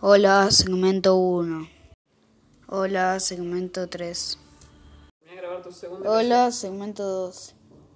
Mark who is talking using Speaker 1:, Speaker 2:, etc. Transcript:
Speaker 1: Hola, segmento 1. Hola, segmento 3.
Speaker 2: Voy a grabar tu segunda
Speaker 1: Hola, segmento 2.